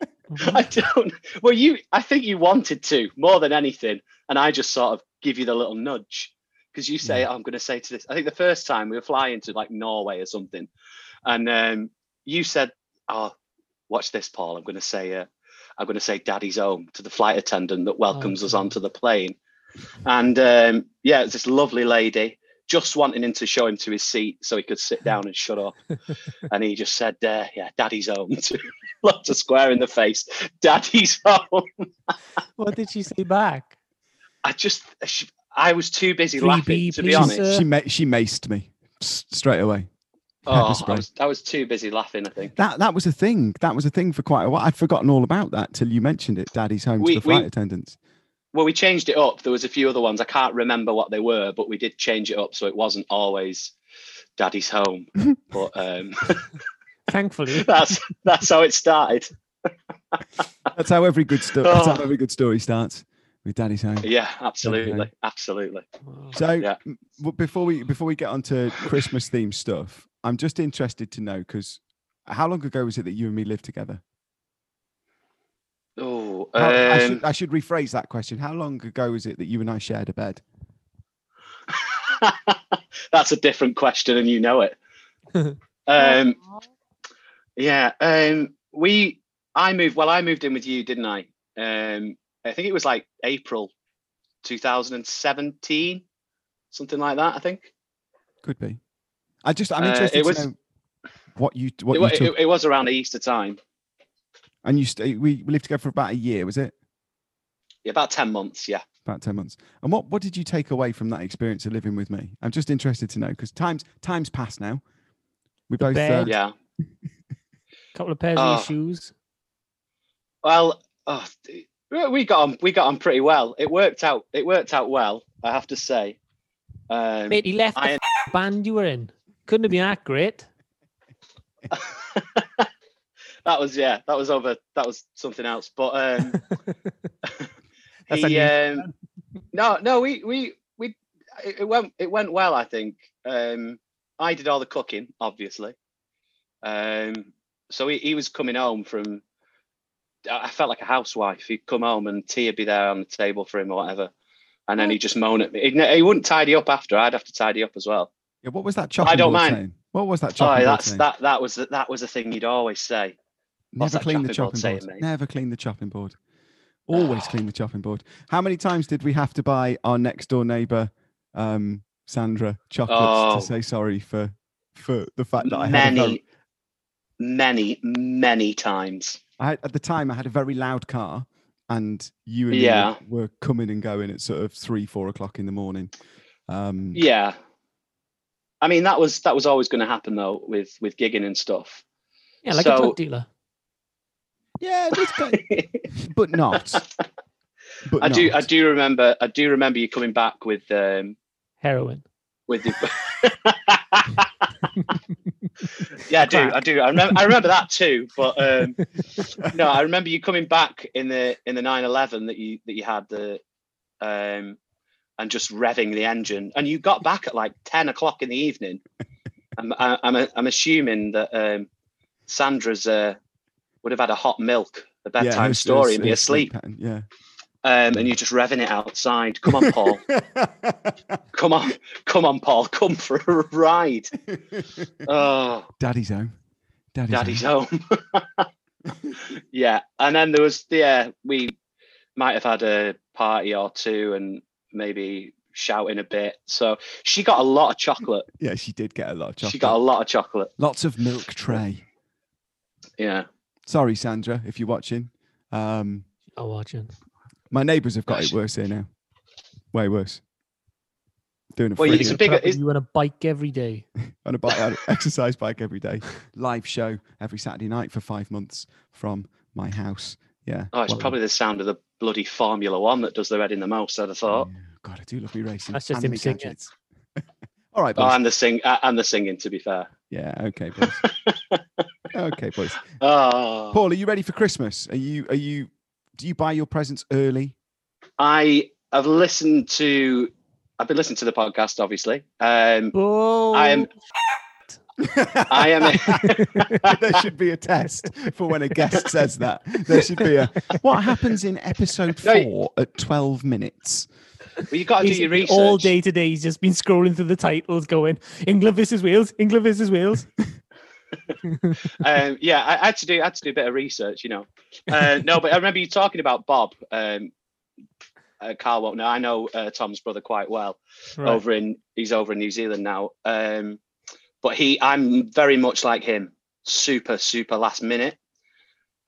S5: i don't well you i think you wanted to more than anything and i just sort of give you the little nudge because you say i'm going to say to this i think the first time we were flying to like norway or something and um, you said oh watch this paul i'm going to say uh, i'm going to say daddy's home to the flight attendant that welcomes us
S1: God.
S5: onto the plane and um, yeah, it's this lovely lady just wanting him to show him to his seat so he could sit down and shut up. and he just said, uh, yeah, daddy's home. Lots of square in the face. Daddy's home.
S1: What did she say back?
S5: I just, she, I was too busy
S1: 3B,
S5: laughing, to be
S1: please,
S5: honest.
S1: sir.
S3: She ma- she maced me s- straight away.
S5: Oh, I
S3: spray.
S5: was, I was too busy laughing, I think.
S3: That that was a thing. That was a thing for quite a while. I'd forgotten all about that till you mentioned it. Daddy's home
S5: We-
S3: to the flight
S5: we-
S3: attendants.
S5: Well, we changed it up. There was a few other ones. I can't remember what they were, but we did change it up so it wasn't always daddy's home. but um,
S1: Thankfully,
S5: that's that's how it started.
S3: That's how every good story. That's how
S5: Oh.
S3: every good story starts with Daddy's home.
S5: Yeah, absolutely. Absolutely.
S3: So
S5: Yeah.
S3: m- w- before we before we get on to Christmas theme stuff, I'm just interested to know because how long ago was it that you and me lived together?
S5: Oh,
S3: How- I,
S5: um,
S3: should, I should rephrase that question. How long ago was it that you and I shared a bed?
S5: that's a different question, and you know it. um, yeah, um, we. I moved. Well, I moved in with you, didn't I? Um, I think it was like April, 2017, something like that. I think
S3: Could be. I just I'm
S5: Uh,
S3: interested
S5: it was-
S3: to know what you what
S5: it,
S3: you
S5: wa-
S3: took,
S5: it- it was around Easter time.
S3: and you st- we we lived together for about a year, was it?
S5: Yeah, about ten months. Yeah.
S3: About ten months. And what what did you take away from that experience of living with me? I'm just interested to know because times times pass now. We both uh,
S1: bed.
S5: Yeah.
S1: couple of pairs
S5: Oh.
S1: of your shoes.
S5: Well, oh, d- we got on. We got on pretty well. It worked out. It worked out well. I have to say. Um,
S1: Mate, he left
S5: I-
S1: the f- band you were in. Couldn't have been that great.
S5: that was yeah that was over that was something else but um
S1: That's
S5: he,
S1: unusual,
S5: um no no we we we it it went it went well i think um i did all the cooking obviously um so he, he was coming home from i I felt like a housewife he'd come home and tea would be there on the table for him or whatever and then he'd just moan at me He'd ne- he wouldn't tidy up after i'd have to tidy up as well
S3: Yeah, what was that chopping
S5: don't
S3: board
S5: mind.
S3: saying? What was that
S5: oh
S3: chopping board
S5: that's
S3: saying?
S5: that that was the- that was the thing you'd always say what's
S3: Never
S5: that
S3: clean the
S5: chopping board
S3: chopping
S5: saying,
S3: board.
S5: mate?
S3: Never clean the chopping board. Always clean the chopping board. How many times did we have to buy our next door neighbour, um, Sandra, chocolates
S5: Oh.
S3: to say sorry for for the fact that I had, a very,
S5: many, many, many times.
S3: I had- at the time I had a very loud car, and you and me were-
S5: Yeah.
S3: were, coming and going at sort of three four o'clock in the morning. Um,
S5: Yeah. I mean that was that was always going to happen though with with gigging and stuff.
S1: Yeah, like a
S5: so-
S1: drug dealer.
S3: yeah, it's kind-
S5: I
S3: but not. But
S5: do I
S3: not.
S5: do remember I do remember you coming back with um
S1: Heroin.
S5: with the. yeah, I do. I do. I remember. I remember that too. But um, no, I remember you coming back in the in the 911 that you that you had the, um, and just revving the engine, and you got back at like 10 o'clock in the evening. I'm I, I'm I'm assuming that um, Sandra's uh, would have had a hot milk, the
S3: Yeah,
S5: bedtime
S3: hostess,
S5: story, and be
S3: uh,
S5: asleep.
S3: pattern, Yeah.
S5: Um, and you're just revving it outside. Come on, Paul. come on, come on, Paul, come for a ride. Oh,
S3: Daddy's home. Daddy's,
S5: daddy's
S3: home.
S5: home. yeah, and then there was yeah, we might have had a party or two and maybe shouting a bit. So she got a lot of chocolate.
S3: Yeah, she did get a lot of chocolate.
S5: She got a lot of chocolate.
S3: Lots of milk tray.
S5: Yeah.
S3: Sorry, Sandra, if you're watching. Um,
S1: Oh, watching.
S3: my neighbours have got it
S5: Gosh.
S3: worse here now. Way worse. Doing a
S5: Well,
S3: free
S5: it's a
S1: Put
S5: bigger-
S1: up with
S5: it's-
S1: You on a bike every day.
S3: on a bike, on an exercise bike every day. Live show every Saturday night for five months from my house. Yeah.
S5: Oh, it's
S3: well,
S5: probably the sound of the bloody Formula One that does the head in the most. I'd have thought.
S3: yeah. God, I do love me racing.
S1: That's just
S3: and
S1: him
S3: me
S1: singing.
S3: gadgets. All right,
S5: Oh,
S3: boys.
S5: and the sing uh, and the singing. To be fair.
S3: yeah. Okay, boys. okay, boys.
S5: Oh.
S3: Paul, are you ready for Christmas? Are you? Are you? Do you buy your presents early?
S5: I have listened to. I've been listening to the podcast, obviously. Um,
S1: Boom.
S5: I am. I am.
S3: there should be a test for when a guest says that. There should be a what happens in episode
S5: No, you-
S3: four at twelve minutes.
S5: well, you got to do
S1: He's-
S5: your research.
S1: All day today, he's just been scrolling through the titles, going England versus Wales, England versus Wales.
S5: Um, yeah, I had to do. I had to do a bit of research, you know. Uh, no, but I remember you talking about Bob. Um, uh, Carl won't know. I know uh, Tom's brother quite well. Over in he's over in New Zealand now. Um, but he, I'm very much like him. Super, super last minute.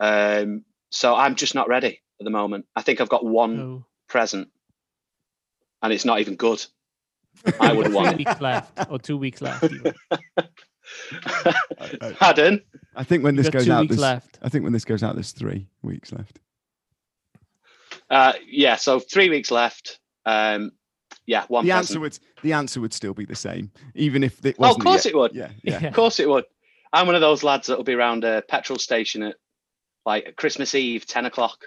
S5: Um, so I'm just not ready at the moment. I think I've got one
S1: No.
S5: present, and it's not even good. I would
S1: Three
S5: want it.
S1: weeks left, or two weeks left. even.
S3: I, I-
S5: Pardon?
S3: I think when
S1: You've
S3: this
S1: got
S3: goes
S1: two
S3: out,
S1: weeks
S3: there's,
S1: left.
S3: I think when this goes out, there's three weeks left.
S5: Uh, yeah. So three weeks left. Um, yeah, one
S3: the
S5: present.
S3: answer would the answer would still be the same, even if it
S5: Oh, of
S3: wasn't.
S5: course it would.
S3: Yeah, yeah.
S5: Of course it would. I'm one of those lads that'll be round a petrol station at like Christmas Eve, 10 o'clock,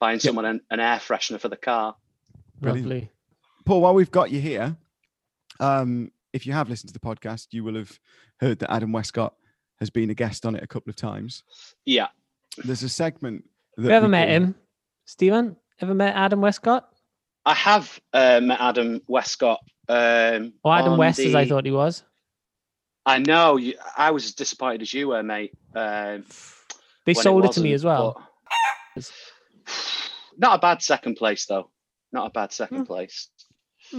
S5: buying someone an, an air freshener for the car.
S3: Brilliant.
S1: Lovely.
S3: Paul, while we've got you here, um, if you have listened to the podcast, you will have heard that Adam Westcott has been a guest on it a couple of times.
S5: Yeah.
S3: There's a segment. That
S1: Have you ever
S3: we
S1: met
S3: call-
S1: him, Stephen? Ever met Adam Westcott?
S5: I have uh, met Adam Westcott. Um,
S1: Or Oh, Adam
S5: on
S1: West, as I
S5: the-
S1: thought he was.
S5: I know. You, I was as disappointed as you were, mate. Um,
S1: They
S5: when
S1: sold it to me
S5: wasn't,
S1: as well.
S5: but- Not a bad second place, though. Not a bad second place.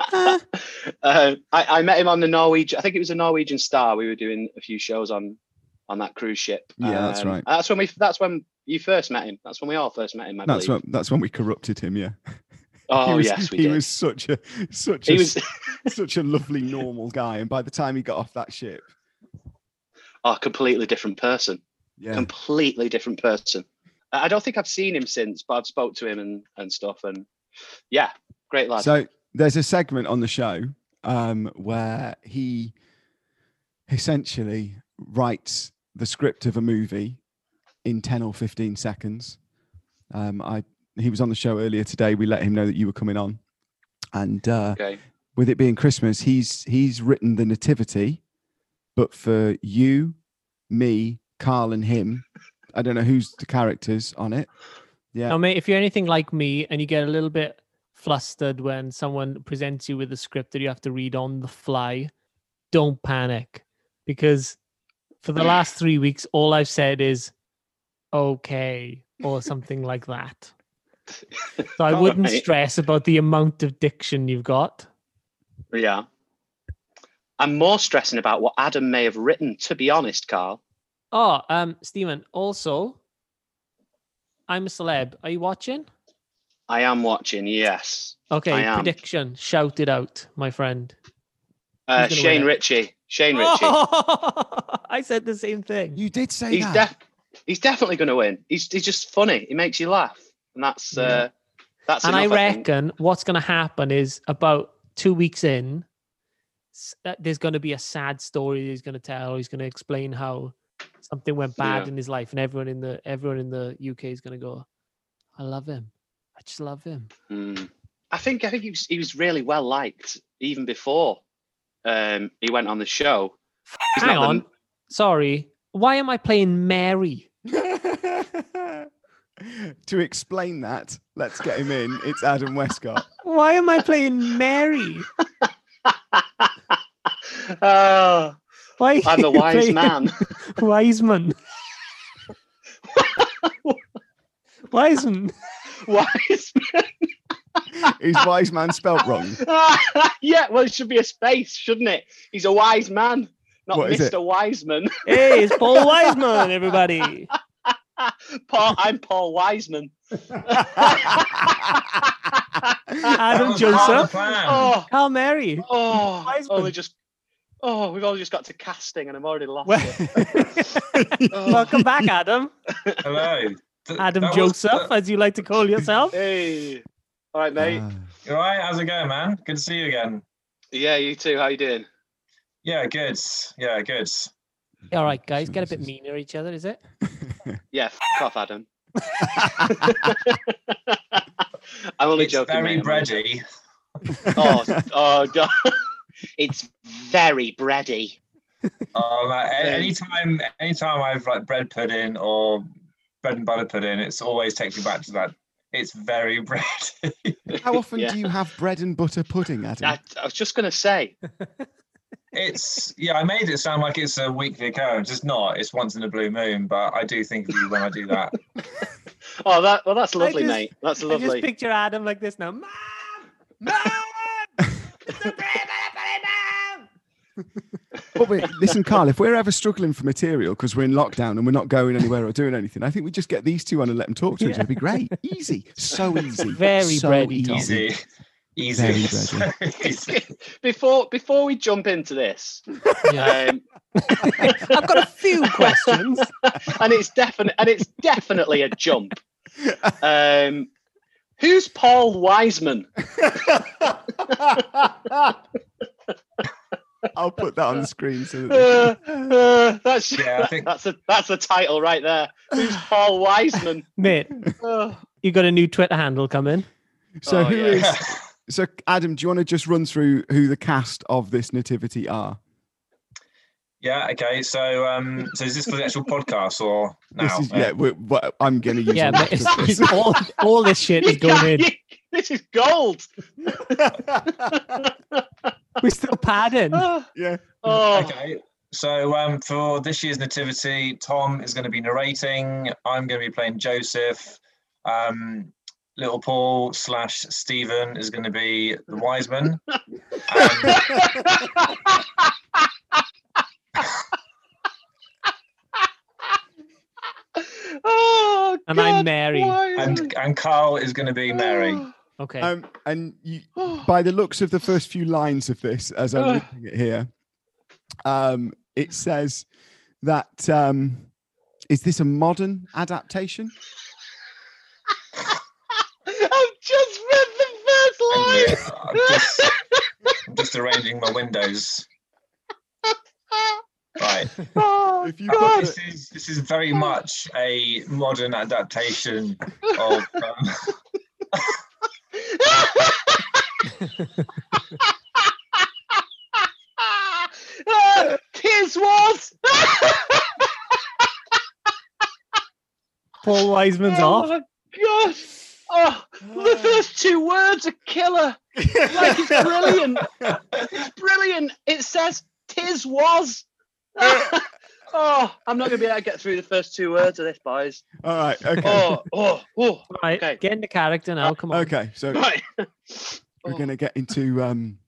S5: Uh, I, I met him on the Norwegian. I think it was a Norwegian Star. We were doing a few shows on on that cruise ship.
S3: Yeah, that's right.
S5: and That's when we. That's when you first met him. That's when we all first met him. I
S3: That's
S5: believe.
S3: when that's when we corrupted him. Yeah.
S5: oh
S3: he was,
S5: yes, we
S3: he
S5: did.
S3: was such a such
S5: he
S3: a
S5: was.
S3: such a lovely normal guy, and by the time he got off that ship,
S5: a completely different person.
S3: yeah,
S5: Completely different person. I I don't think I've seen him since, but I've spoke to him and and stuff. And yeah, great lad.
S3: So there's a segment on the show um, where he essentially writes the script of a movie in 10 or 15 seconds. Um, I he was on the show earlier today. We let him know that you were coming on, and uh,
S5: okay.
S3: with it being Christmas, he's he's written the nativity, but for you, me, Carl, and him. I don't know who's the characters on it. Yeah.
S1: Now, mate, if you're anything like me and you get a little bit flustered when someone presents you with a script that you have to read on the fly, don't panic because for the last three weeks, all I've said is okay or something like that. So I wouldn't
S5: Alright.
S1: stress about the amount of diction you've got.
S5: Yeah. I'm more stressing about what Adam may have written, to be honest, Carl.
S1: Oh, um, Stephen, also, I'm a celeb. Are you watching?
S5: I am watching, yes. I
S1: Okay,
S5: am.
S1: prediction. Shout it out, my friend.
S5: Uh,
S1: Who's gonna win
S5: Shane
S1: it? Oh,
S5: Ritchie. Shane Ritchie.
S1: I said the same thing.
S3: You did say
S5: He's
S3: that.
S5: def- he's definitely gonna win. He's he's just funny. He makes you laugh. And that's uh That's
S1: and I
S5: enough, think.
S1: reckon what's going to happen is about two weeks in, s- uh, there's going to be a sad story he's going to tell. He's going to explain how something went bad
S5: Yeah.
S1: in his life, and everyone in the everyone in the UK is going to go, "I love him. I just love him."
S5: Hmm. I think I think he was he was really well liked even before um, he went on the show. He's
S1: Hang
S5: not
S1: on,
S5: the-
S1: sorry. Why am I playing Mary?
S3: to explain that, let's get him in. It's Adam Westcott.
S1: Why am I playing Mary?
S5: Oh,
S1: Why?
S5: I'm the
S1: you
S5: wise
S1: playing
S5: man.
S1: Wiseman. Wiseman.
S5: wise
S3: Is wise man spelt wrong?
S5: man. yeah, well, it should be a space, shouldn't it? He's a wise man, not
S3: What is it?
S5: Mr. Wiseman.
S1: Hey, it's Paul Wiseman, everybody.
S5: Paul, I'm Paul Wiseman.
S1: Adam
S4: That was part of the
S1: Joseph.
S4: plan.
S5: Oh,
S1: Hail Mary.
S5: oh,
S1: Wiseman.
S5: only just. Oh, we've only just got to casting, and I'm already lost.
S1: Well-
S5: it. Oh.
S1: Welcome back, Adam.
S4: Hello. Th-
S1: Adam
S4: that was- uh,
S1: Joseph, as you like to call yourself.
S5: Hey, all right, mate.
S3: Ah.
S4: You all right? How's it going, man? Good to see you again.
S5: yeah, you too. How you doing?
S4: Yeah, good. Yeah, good.
S1: All right, guys, get a bit
S3: Jesus.
S1: meaner each other, is it?
S5: Yeah, f- off, Adam. I'm only
S4: It's
S5: joking.
S4: very
S5: mate, I'm only joking.
S4: bready.
S5: Oh, oh God. it's very bready.
S4: Oh, like, a-
S5: Yeah.
S4: anytime, anytime I've like bread pudding or bread and butter pudding, it's always takes me back to that. It's very bready.
S3: How often
S5: Yeah.
S3: do you have bread and butter pudding, Adam?
S5: I, I was just gonna say.
S4: It's yeah. I made it sound like it's a weekly occurrence. It's not. It's once in a blue moon. But I do think of you when I do that.
S5: Oh, that well, that's lovely,
S1: just-
S5: mate. That's
S1: I just
S5: lovely.
S1: picture Adam like this now. Mom! Mom! It's the bread and butter,
S3: But wait, listen, Carl, if we're ever struggling for material because we're in lockdown and we're not going anywhere or doing anything, I think we just get these two on and let them talk to each other. It'd be great. Easy. So easy.
S1: Very
S3: so
S1: bready, Tom.
S4: Easy, easy,
S3: Very
S4: so easy.
S5: before before we jump into this,
S1: Mom! Yeah.
S5: um,
S1: I've got a few questions.
S5: and it's definite and it's definitely a jump. Um, who's Paul Wiseman?
S3: I'll put that on the screen so that
S1: Oh,
S5: Uh, uh, that's
S4: Yeah, I think-
S5: that's a that's the title right there. Who's Paul Wiseman?
S1: Mate,
S5: Oh.
S1: you got a new Twitter handle coming.
S3: So
S5: Oh,
S3: who
S5: yeah.
S3: is? so Adam, do you want to just run through who the cast of this nativity are?
S4: Yeah. Okay. So, um, so is this for the actual podcast or now? Uh,
S3: This is yeah, we're, but I'm gonna use
S1: Yeah,
S3: all
S1: mate,
S3: this
S1: it's-
S3: for this.
S1: it's all, all this shit
S5: You
S1: is going
S5: can't-
S1: in.
S5: you- this is gold.
S1: We're still padding.
S5: Ah.
S3: Yeah.
S5: Oh,
S4: Okay. So um, for this year's nativity, Tom is going to be narrating. I'm going to be playing Joseph. Um, little Paul slash Stephen is going to be the wise man. And,
S5: oh
S1: And
S5: God,
S1: I'm Mary.
S5: why is Oh,
S4: and, and Carl is going to be Mary.
S1: Okay.
S3: Um, and you,
S5: it-
S3: by the looks of the first few lines of this, as I'm
S5: Ugh.
S3: reading it here, um, it says that um, is this a modern adaptation?
S5: I've just read the first line.
S4: And, uh, I'm, just, I'm just arranging my windows.
S5: Ah,
S4: Right.
S5: oh
S3: If you
S5: God.
S4: This is this is very much a modern adaptation of. Um,
S5: Ah, Kiss was.
S1: Paul Wiseman's
S5: oh
S1: off.
S5: my God. Oh, the first two words are killer. Like it's brilliant. It's brilliant. It says tis was. oh, I'm not gonna be able to get through the first two words of this, boys.
S3: All right, okay,
S5: Oh, oh, oh.
S1: Right,
S5: Okay.
S1: get into character now. Come on.
S3: okay. So
S5: Right.
S3: we're
S5: Oh,
S3: gonna get into um,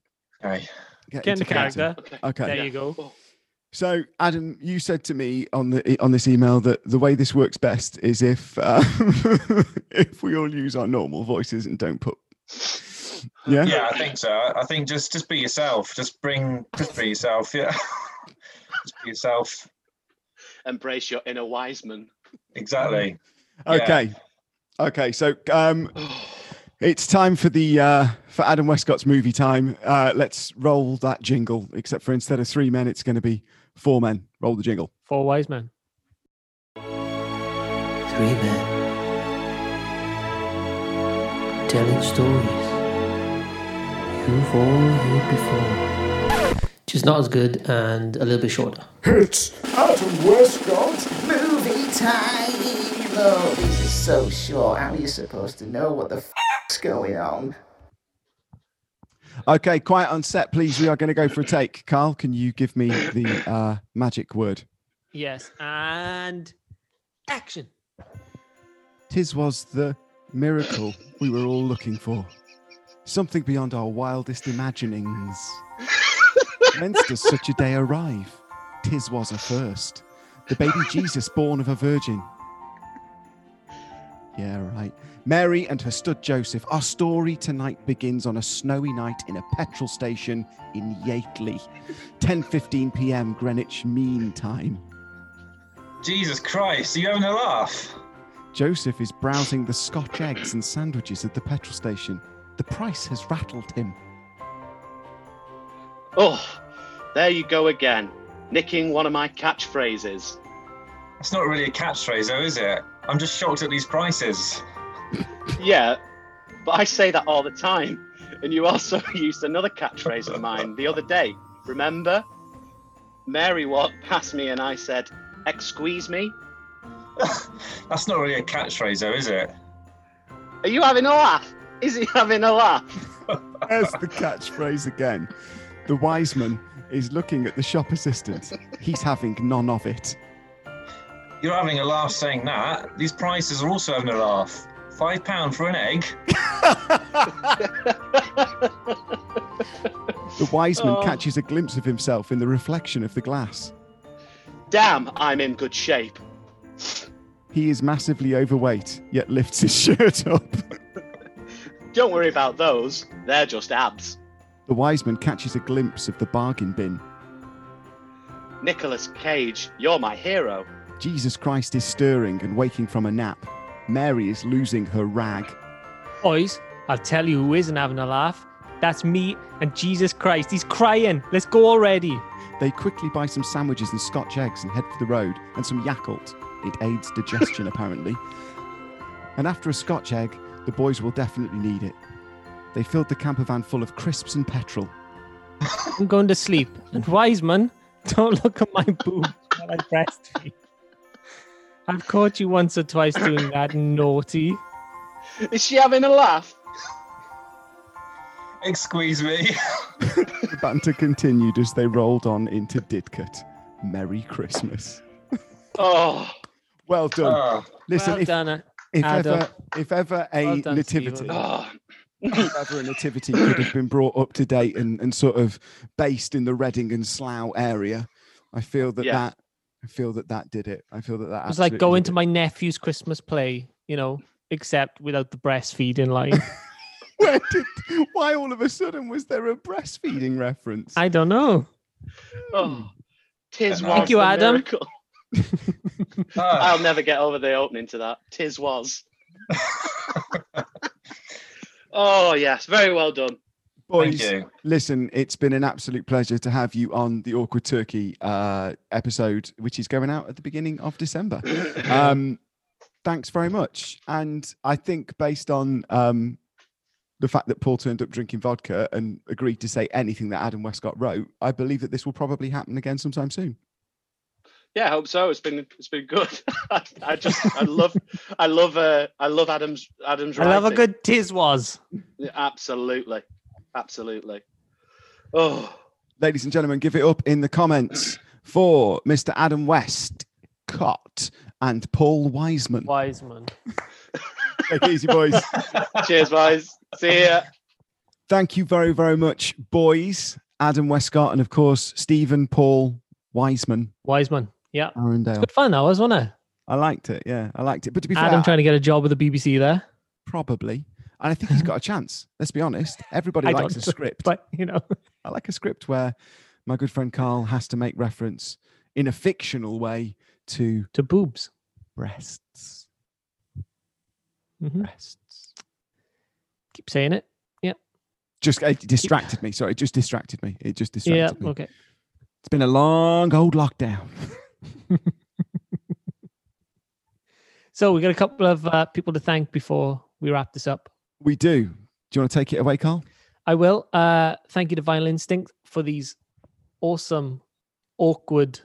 S4: okay.
S3: get,
S1: Get into character.
S5: okay.
S3: Okay.
S1: There
S5: Yeah.
S1: you go.
S3: So, Adam, you said to me on the on this email that the way this works best is if uh, if we all use our normal voices and don't put. Yeah.
S4: Yeah, I think so. I I think just just be yourself. Just bring just be yourself. Yeah. just be yourself.
S5: Embrace your inner wise man.
S4: Exactly. Yeah.
S3: Okay. Okay. So, um, It's time for the uh, for Adam Westcott's movie time. Uh, let's roll that jingle. Except for instead of three men, it's going to be four men. Roll the jingle.
S1: Four wise men.
S6: Three men telling stories you've all heard before. Just not as good and a little bit shorter.
S7: It's Adam Westcott.
S8: Movie time! Oh, this is so short. How are you supposed to know what the f's going on?
S3: Okay, quiet on set, please. We are going to go for a take. Carl, can you give me the uh, magic word?
S1: Yes, and action.
S3: Tis was the miracle we were all looking for. Something beyond our wildest imaginings. Whence does such a day arrive? Tis was a first. The baby Jesus born of a virgin. Yeah, right. Mary and her stud Joseph. Our story tonight begins on a snowy night in a petrol station in Yateley. 10.15 p.m. Greenwich Mean Time.
S4: Jesus Christ, are you having a laugh?
S3: Joseph is browsing the scotch eggs and sandwiches at the petrol station. The price has rattled him.
S5: Oh, there you go again, nicking one of my catchphrases.
S4: That's not really a catchphrase, though, is it? I'm just shocked at these prices.
S5: Yeah, but I say that all the time. And you also used another catchphrase of mine the other day. Remember? Mary walked past me and I said, Excuse me?
S4: That's not really a catchphrase, though, is it?
S5: Are you having a laugh? Is he having a laugh?
S3: There's the catchphrase again. The wise man is looking at the shop assistant. He's having none of it.
S4: You're having a laugh saying that. These prices are also having a laugh. Five pound for an egg.
S3: The wise man
S5: Oh.
S3: catches a glimpse of himself in the reflection of the glass.
S5: Damn, I'm in good shape.
S3: He is massively overweight, yet lifts his shirt up.
S5: Don't worry about those, they're just abs.
S3: The wise man catches a glimpse of the bargain bin.
S5: Nicholas Cage, you're my hero.
S3: Jesus Christ is stirring and waking from a nap. Mary is losing her rag.
S1: Boys, I'll tell you who isn't having a laugh. That's me and Jesus Christ. He's crying. Let's go already.
S3: They quickly buy some sandwiches and scotch eggs and head for the road and some Yakult. It aids digestion, apparently. And after a scotch egg, the boys will definitely need it. They filled the camper van full of crisps and petrol.
S1: I'm going to sleep. And wise man, don't look at my boob while I breastfeed. I've caught you once or twice doing that, naughty.
S5: Is she having a laugh?
S4: Excuse me.
S3: The banter continued as they rolled on into Didcot. Merry Christmas.
S5: Oh,
S3: Well done.
S4: Ah,
S3: Listen,
S1: Uh, well
S3: if,
S1: done. uh,
S3: if
S1: Adam.
S3: ever if ever a
S1: Well done,
S3: nativity
S1: Stephen.
S5: oh.
S3: if ever a nativity could have been brought up to date and, and sort of based in the Reading and Slough area, I feel that
S5: Yeah.
S3: that I feel that that did it. I feel that that
S1: It was like
S3: absolutely
S1: going
S3: did
S1: to
S3: it.
S1: my nephew's Christmas play, you know, except without the breastfeeding line.
S3: Where did, why all of a sudden was there a breastfeeding reference?
S1: I don't know.
S5: oh. Tis
S4: Thank
S5: was
S1: you,
S5: the
S1: Adam.
S5: miracle.
S4: ah.
S5: I'll
S3: Um,
S5: never get over the opening to that. Tis was. oh yes, very well done.
S3: Boys,
S4: Thank you.
S3: listen, it's been an absolute pleasure to have you on the Awkward Turkey uh, episode, which is going out at the beginning of December. um, thanks very much. And I think based on um, the fact that Paul turned up drinking vodka and agreed to say anything that Adam Westcott wrote, I believe that this will probably happen again sometime soon.
S5: Yeah, I hope so. It's been it's been good. I, I just I love I love uh I love Adam's Adam's
S1: I love a
S5: writing.
S1: good tiz was.
S5: Yeah, Absolutely. Absolutely. Oh
S3: Ladies and gentlemen, give it up in the comments for Mr. Adam Westcott and Paul Wiseman.
S1: Wise man.
S3: Take it easy, boys.
S5: cheers guys. See ya.
S3: Thank you very, very much, boys. Adam Westcott and, of course, Stephen, Paul, Wiseman,
S1: Wise man. Yeah.
S3: Arundale.
S1: Good fun, that was, wasn't it?
S3: I liked it. Yeah, I liked it. But to be fair,
S1: Adam trying to get a job with the BBC there.
S3: probably. And I think he's got a chance. Let's be honest. Everybody
S1: I
S3: likes a
S1: don't-
S3: script.
S1: But, you know,
S3: I like a script where my good friend Carl has to make reference in a fictional way to
S1: to boobs.
S3: breasts.
S1: Mhm.
S3: Breasts.
S1: Keep saying it.
S3: Just it distracted me. Sorry, it just distracted me. It just distracted
S1: Yeah.
S3: me.
S1: Okay.
S3: It's been a long old lockdown.
S1: So we got a couple of uh, people to thank before we wrap this up.
S3: We do. Do you want to take it away, Carl?
S1: I will. Uh, thank you to Vinyl Instinct for these awesome, awkward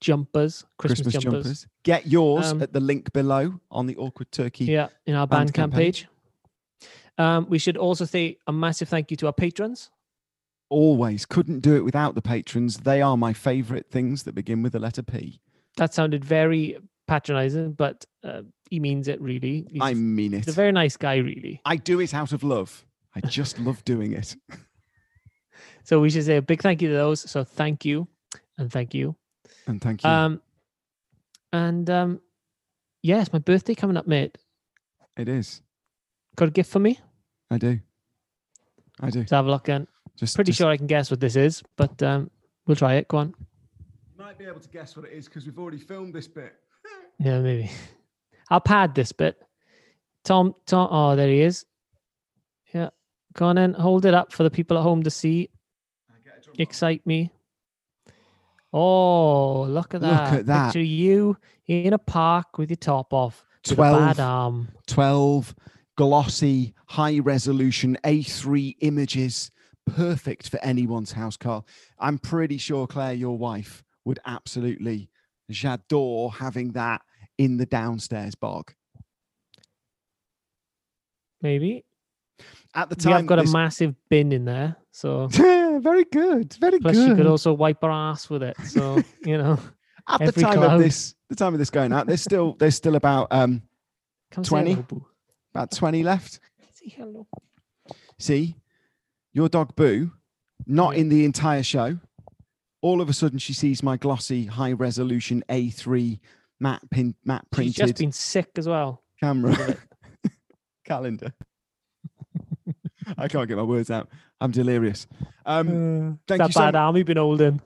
S1: jumpers, Christmas, jumpers.
S3: Get yours
S1: Um,
S3: at the link below on the awkward turkey.
S1: Yeah, in our
S3: Bandcamp
S1: Bandcamp page. Um, we should also say a massive thank you to our patrons.
S3: Always couldn't do it without the patrons. They are my favorite things that begin with the letter P.
S1: That sounded very patronizing, but uh, he means it really. He's,
S3: I mean it.
S1: he's a very nice guy, really.
S3: I do it out of love. I just love doing it.
S1: So we should say a big thank you to those. So thank you, and thank you.
S3: And thank you.
S1: Um, and um, yes, my birthday coming up, mate.
S3: it is.
S1: Got a gift for me?
S3: I do. I do.
S1: Let's have a look then.
S3: Just
S1: Pretty
S3: just-
S1: sure I can guess what this is, but um, we'll try it. Go on.
S2: Might be able to guess what it is because we've already filmed this bit.
S1: Yeah, maybe. I'll pad this bit. Tom, Tom. Oh, there he is. Yeah. Go on in. Hold it up for the people at home to see. Excite me. Oh, look at
S3: Look
S1: that.
S3: at that.
S1: Picture you in a park with your top off. with a
S3: 12.
S1: bad arm.
S3: 12 glossy, high resolution A3 images, perfect for anyone's house, Carl. I'm pretty sure Claire, your wife, would absolutely j'adore having that in the downstairs bog.
S1: Maybe.
S3: At the
S1: We
S3: time,
S1: have got a
S3: this-
S1: massive bin in there. So
S3: Yeah, very good, very
S1: plus
S3: good.
S1: you could also wipe our ass with it. So, you know.
S3: At the
S1: every
S3: time
S1: cloud.
S3: of this, the time of this going out, there's still there's still about um
S1: Come say
S3: 20?
S1: hello, boo.
S3: about 20 left.
S1: Say hello.
S3: See, your dog Boo, not
S1: Yeah.
S3: in the entire show. All of a sudden, she sees my glossy, high resolution A3 matte pin matte
S1: She's just
S3: printed
S1: been sick as well.
S3: camera calendar. I can't get my words out. I'm delirious.
S1: Uh,
S3: Um, thank
S1: that
S3: you so
S1: bad
S3: much.
S1: arm you've been holding.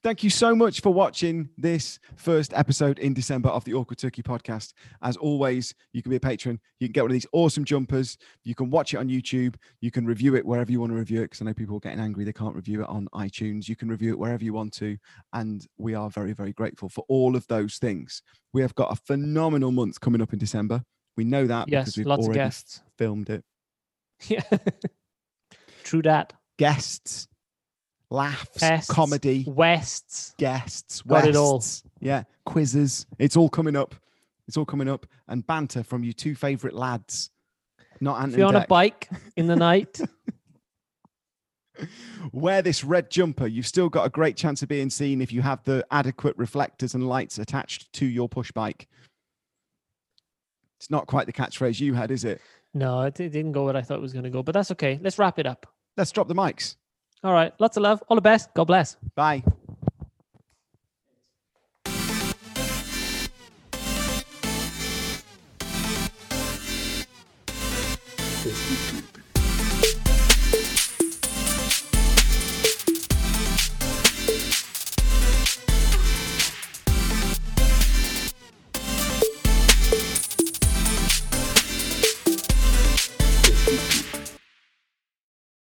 S3: Thank you so much for watching this first episode in December of the Awkward Turkey podcast. As always, you can be a patron. You can get one of these awesome jumpers. You can watch it on YouTube. You can review it wherever you want to review it because I know people are getting angry they can't review it on iTunes. You can review it wherever you want to. And we are very, very grateful for all of those things. We have got a phenomenal month coming up in December. We know that
S1: Yes,
S3: because we've
S1: lots of
S3: already
S1: guests.
S3: filmed it.
S1: Yeah. True that.
S3: Guests, laughs,
S1: Pests,
S3: comedy,
S1: Wests.
S3: guests,
S1: Got it all.
S3: wests, Yeah, quizzes. It's all coming up. It's all coming up. And banter from your two favourite lads. Not Ant
S1: If you're
S3: and
S1: on a
S3: Dec.
S1: bike in the night,
S3: Wear this red jumper. You've still got a great chance of being seen if you have the adequate reflectors and lights attached to your push bike. It's not quite the catchphrase you had, is it?
S1: no, it, it didn't go what I thought it was going to go, but that's okay. Let's wrap it up.
S3: Let's drop the mics.
S1: All right. Lots of love. All the best. God bless.
S3: Bye.
S7: Thank you.